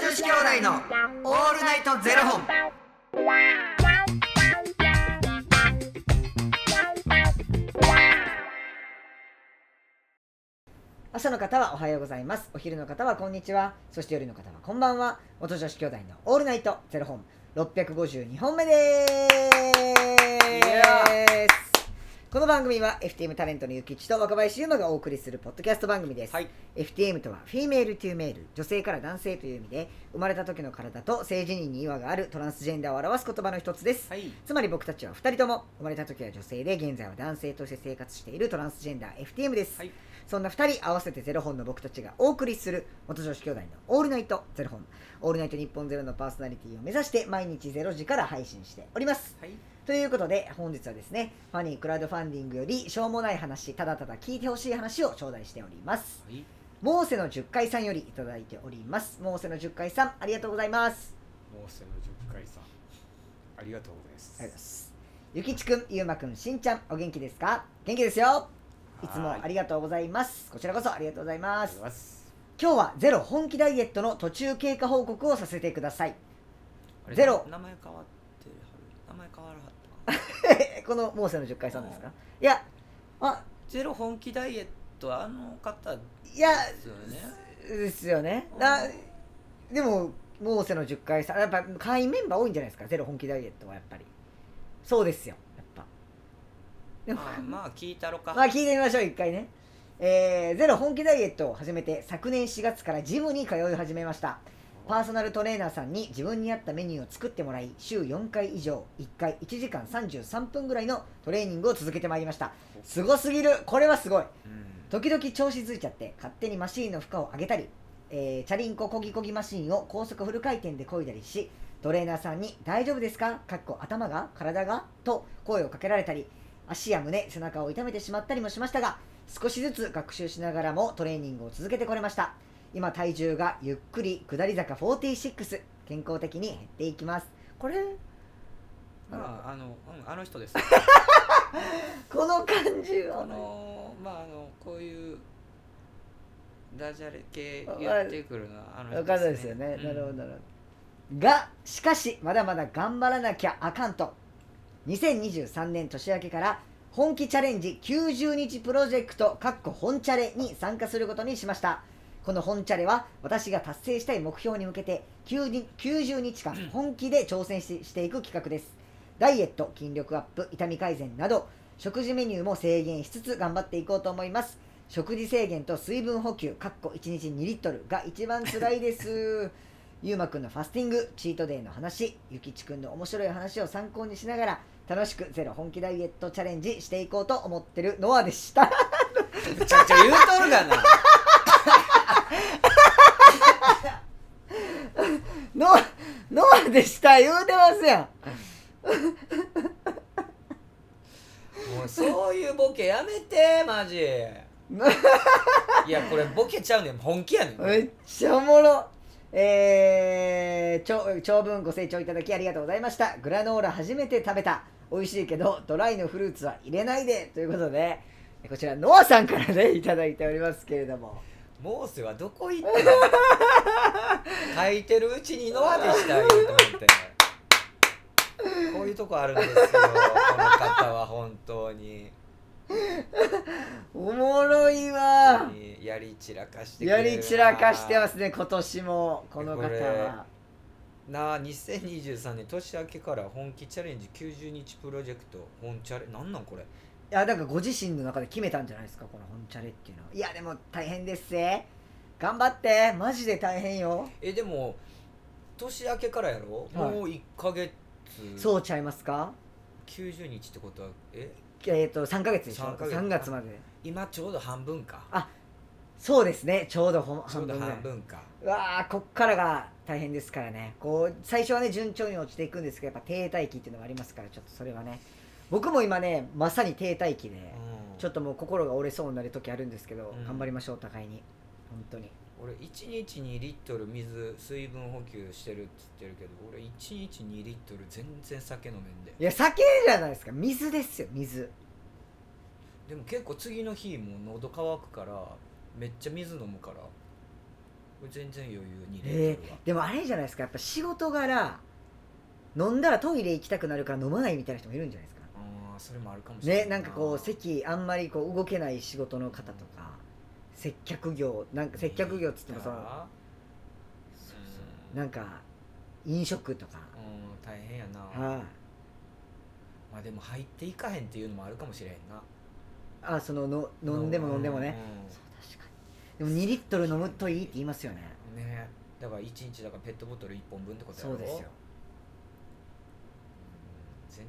子兄弟のオールナイトゼロ本。朝の方はおはようございますお昼の方はこんにちはそして夜の方はこんばんは元女子兄弟のオールナイトゼロ本652本目ですこの番組は FTM タレントのゆきちと若林優馬がお送りするポッドキャスト番組です、はい、 FTM とはフィメール・トゥ・メール女性から男性という意味で生まれた時の体と性自認に違和があるトランスジェンダーを表す言葉の一つです、はい、つまり僕たちは2人とも生まれた時は女性で現在は男性として生活しているトランスジェンダー FTM です、はいそんな2人合わせてゼロ本の僕たちがお送りする元女子兄弟の「オールナイトゼロ本」「オールナイト日本ゼロのパーソナリティを目指して毎日0時から配信しておりますはい、ということで本日はですねファニークラウドファンディングよりしょうもない話ただただ聞いてほしい話を頂戴しておりますはい、モーセの10回さんよりいただいておりますモーセの10回さんありがとうございますモーセの10回さんありがとうございますありがとうございます。ゆきちくん、ゆうまくん、しんちゃん、お元気ですか元気ですよ。いつもありがとうございます。こちらこそありがとうございまありがとうすござい。ます今日はゼロ本気ダイエットの途中経過報告をさせてください。あれゼロ名前変わってはる名前変わらはっ たこのモーセの10回さんですかいや、あ、ゼロ本気ダイエットあの方でいや、すよねですよね。あでも、モーセの10回さん、やっぱ会員メンバー多いんじゃないですか、ゼロ本気ダイエットはやっぱり。そうですよ、やっぱ。でもまあまあ聞いたろかまあ聞いてみましょう一回ね、えーゼロ本気ダイエットを始めて昨年4月からジムに通い始めましたパーソナルトレーナーさんに自分に合ったメニューを作ってもらい週4回以上1回1時間33分ぐらいのトレーニングを続けてまいりましたすごすぎるこれはすごいうん時々調子づいちゃって勝手にマシーンの負荷を上げたり、えーチャリンコこぎこぎマシーンを高速フル回転でこいだりしトレーナーさんに「大丈夫ですか?」かっこ頭が体がと声をかけられたり足や胸背中を痛めてしまったりもしましたが少しずつ学習しながらもトレーニングを続けてこれました今体重がゆっくり下り坂46健康的に減っていきますこれまああの、うん、あ の人ですこの感じはこのまああのこういうダジャレ系あ言ってくるのはあの人分かんないですよね、うんなるほどなるほどがしかしまだまだ頑張らなきゃあかんと2023年年明けから本気チャレンジ90日プロジェクトかっこ本チャレに参加することにしましたこの本チャレは私が達成したい目標に向けて90 90日間本気で挑戦ししていく企画ですダイエット筋力アップ痛み改善など食事メニューも制限しつつ頑張っていこうと思います食事制限と水分補給かっこ1日2リットルが一番つらいですゆうまくんのファスティングチートデイの話ゆきちくんの面白い話を参考にしながら楽しくゼロ本気ダイエットチャレンジしていこうと思ってるノアでしためちゃくちゃ言うとる がなノアノアでした言うてますやんもうそういうボケやめて マジいやこれボケちゃうねん本気やねんめっちゃおもろえー、長長文ご清聴いただきありがとうございましたグラノーラ初めて食べた美味しいけどドライのフルーツは入れないでということでこちらノアさんからねいただいておりますけれどもモーセはどこ行った の書いてるうちにノアでしてあげると思ってこういうとこあるんですよこの方は本当におもろいわやり散らかしてくやれるなり散らかしてますね今年もこの方これはなあ2023年年明けから本気チャレンジ90日プロジェクト本チャレなんなんこれいやだからご自身の中で決めたんじゃないですかこの本チャレっていうのはいやでも大変ですぜ頑張ってマジで大変よえでも年明けからやろ、はいもう1ヶ月そうちゃいますか90日ってことはええっ、と3ヶ月でしょ3ヶ月3月まで今ちょうど半分かあそうですねちょうどほんちょ半うど分ぐらい半分かうわあこっからが大変ですからねこう最初はね順調に落ちていくんですけどやっぱ停滞期っていうのがありますからちょっとそれはね僕も今ねまさに停滞期で、うんちょっともう心が折れそうになる時あるんですけど、うん頑張りましょうお互いに本当に俺1日2リットル水水分補給してるって言ってるけど俺1日2リットル全然酒飲めんでいや酒じゃないですか水ですよ水でも結構次の日もう喉乾くからめっちゃ水飲むから全然余裕にえレえートルはでもあれじゃないですかやっぱ仕事柄飲んだらトイレ行きたくなるから飲まないみたいな人もいるんじゃないですかあーそれもあるかもしれなねいなんかこう席あんまりこう動けない仕事の方とか接客業なんか接客業っつってもそうんのなんか飲食とかうん大変やな、はいまあでも入っていかへんっていうのもあるかもしれへんなあそのの飲んでも飲んでもね、そう確かにでも2リットル飲むといいって言いますよねうんねだから1日だからペットボトル1本分ってことやろそうですよ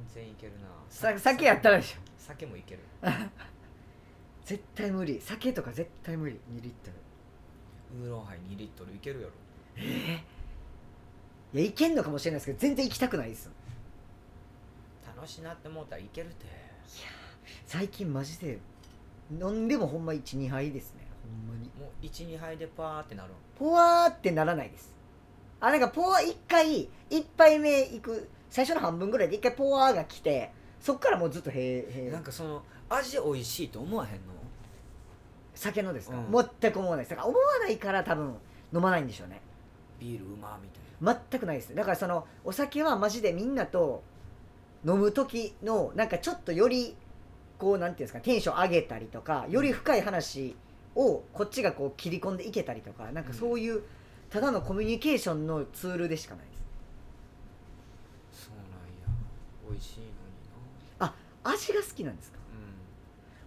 うん全然いけるなさ酒やったらでしょ酒もいける絶対無理酒とか絶対無理2リットルウーロンハイ2リットルいけるやろいやいけんのかもしれないですけど全然行きたくないですよ楽しなって思ったらいけるって最近マジで飲んでもほんま12杯ですねほんまにもう12杯でパーってなるポワーってならないですあなんかポワー1回1杯目行く最初の半分ぐらいで1回ポワーが来てそっからもうずっとへーへーなんかその味美味しいと思わへんの酒のですか、うん全く思わないですだから思わないから多分飲まないんでしょうねビールうまみたい全くないですだからそのお酒はマジでみんなと飲む時のなんかちょっとよりこうなんていうんですかテンション上げたりとかより深い話をこっちがこう切り込んでいけたりとかなんかそういうただのコミュニケーションのツールでしかないですなそうなんや美味しいのに味が好きなんですかな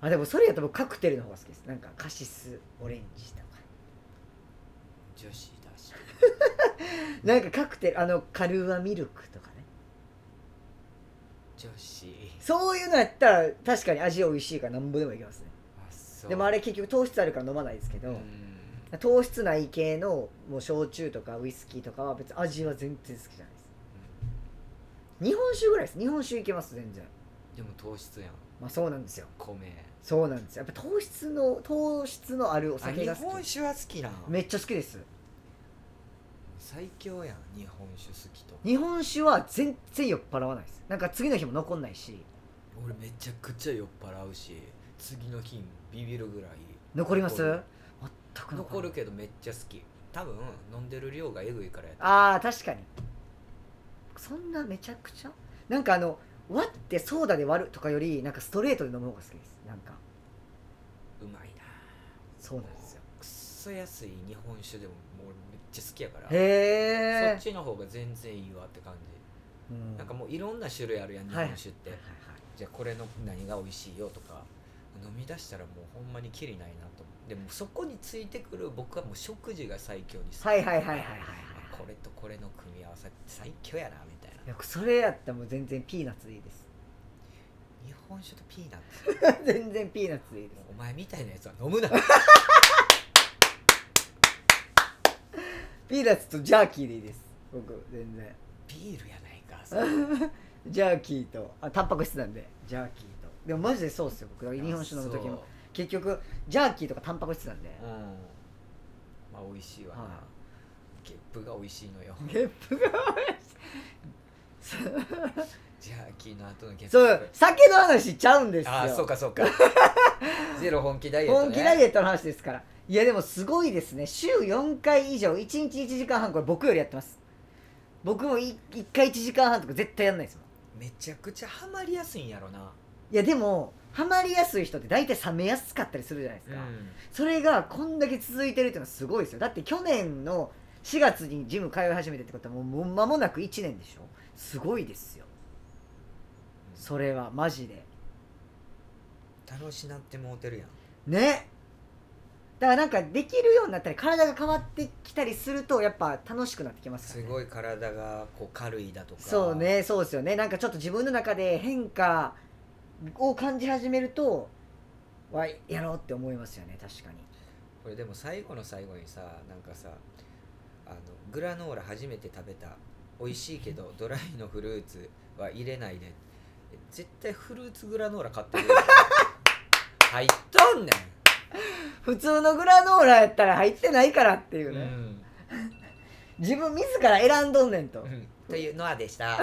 うんあでもそれやと僕カクテルの方が好きですなんかカシスオレンジとか女子だしなんかカクテルあのカルーアミルクとかね女子そういうのやったら確かに味美味しいからなんぼでもいけますねあそうでもあれ結局糖質あるから飲まないですけど、うん糖質ない系のもう焼酎とかウイスキーとかは別に味は全然好きじゃないです日本酒ぐらいです日本酒いけます全然でも糖質やんまあそうなんですよ米そうなんですよやっぱ糖質の糖質のあるおあ酒日が好本き酒は好きなんめっちゃ好きです最強やん日本酒好きと日本酒は全然酔っ払わないですなんか次の日も残んないし俺めちゃくちゃ酔っ払うし次の日ビビるぐらい残ります残全るく残るけけどめっちゃ好き多分飲んでる量がえぐいからやとあー確かにそんなめちゃくちゃなんかあの割ってソーダで割るとかよりなんかストレートで飲む方が好きですなんかうまいなそうなんですよくっそ安い日本酒でももう俺めっちゃ好きやからそへっちの方が全然いいわって感じえなんかもういろんな種類あるやん日はい本酒って、はいはいはいじゃあこれの何が美味しいよとか飲み出したらもうほんまにキリないなと思うでもそこについてくる僕はもう食事が最強に好きはいはいはいはいはいはいあこれとこれの組み合わせって最強やなみたいいなやそれやったらもう全然ピーナッツでいいです 日本酒とピーナッツも全然ピーナッツでいいですうお前みたいなやつは飲むなピーナッツとジャーキーでいいです僕全然ビールやないかそれジャーキーとあタンパク質なんでジャーキーとでもマジでそうっすよ僕 日本酒飲む時も結局ジャーキーとかタンパク質なんでそううんまあ美味しいわな、はゲップが美味しい のよゲップが美味しいジャーキーの後のゲップそう酒の話ちゃうんですよああそうかそう かゼロ本気ダイエット、ね、本気ダイエットの話ですからいやでもすごいですね週4回以上1日1時間半これ僕よりやってます僕も 1, 回1時間半とか絶対やんないですもんめちゃくちゃハマりやすいんやろないやでもハマりやすい人って大体冷めやすかったりするじゃないですか、それがこんだけ続いてるっていうのはすごいですよだって去年の4月にジム通い始めてってことはもうもう間もなく1年でしょすごいですよそれはマジで楽しなってもうてるやんねだからなんかできるようになったり体が変わってきたりするとやっぱ楽しくなってきますかすら、ね、ごい体がこう軽いだとかそうねそうですよねなんかちょっと自分の中で変化を感じ始めるとわいやろうって思いますよね確かにこれでも最後の最後にさなんかさあのグラノーラ初めて食べた美味しいけどドライのフルーツは入れないで絶対フルーツグラノーラ買ってる 入っとんね普通のグラノーラやったら入ってないからっていん、うね、ん自分自ら選んどんねんと、うんというのは でした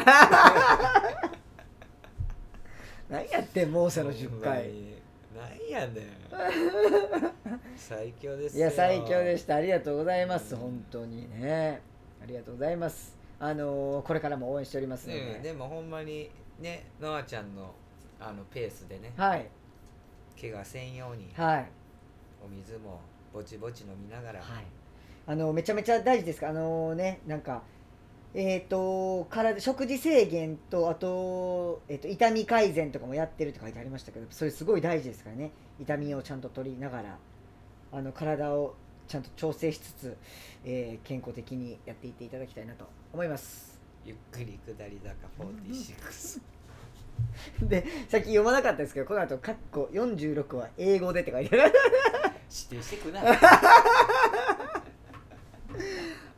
何やってんもうその10回なんやねん最強ですいよや最強でしたたありがとうございます、うん本当にねありがとうございますあのーこれからも応援しておりますので、うん、でもほんまにねノアちゃんのあのペースでねはい怪我せんようにはい、はいお水もぼちぼち飲みながら、あのめちゃめちゃ大事ですかあのねなんかえっ、と体食事制限とあと,、えー、と痛み改善とかもやってるって書いてありましたけどそれすごい大事ですからね痛みをちゃんと取りながらあの体をちゃんと調整しつつ、えー健康的にやっていっていただきたいなと思います。ゆっくり下り坂46でさっき読まなかったですけどこの後カッコ46は英語でって書いてある 指定してくな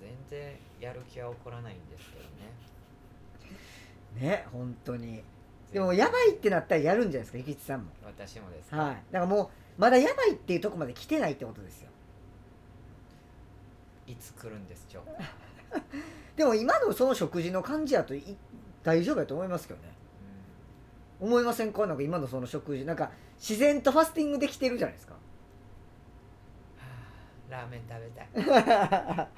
全然やる気は起こらないんですけどねね本当にでもやばいってなったらやるんじゃないですかゆきちさんも私もですはいだからもうまだやばいっていうとこまで来てないってことですよいつ来るんですちょでも今のその食事の感じやとい大丈夫やと思いますけどねう思いませんかなんか今のその食事なんか自然とファスティングできてるじゃないですかんはあラーメン食べたい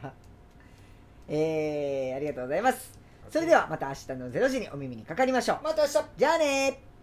えー、ありがとうございますそれではまた明日の0時にお耳にかかりましょうまた明日じゃあねー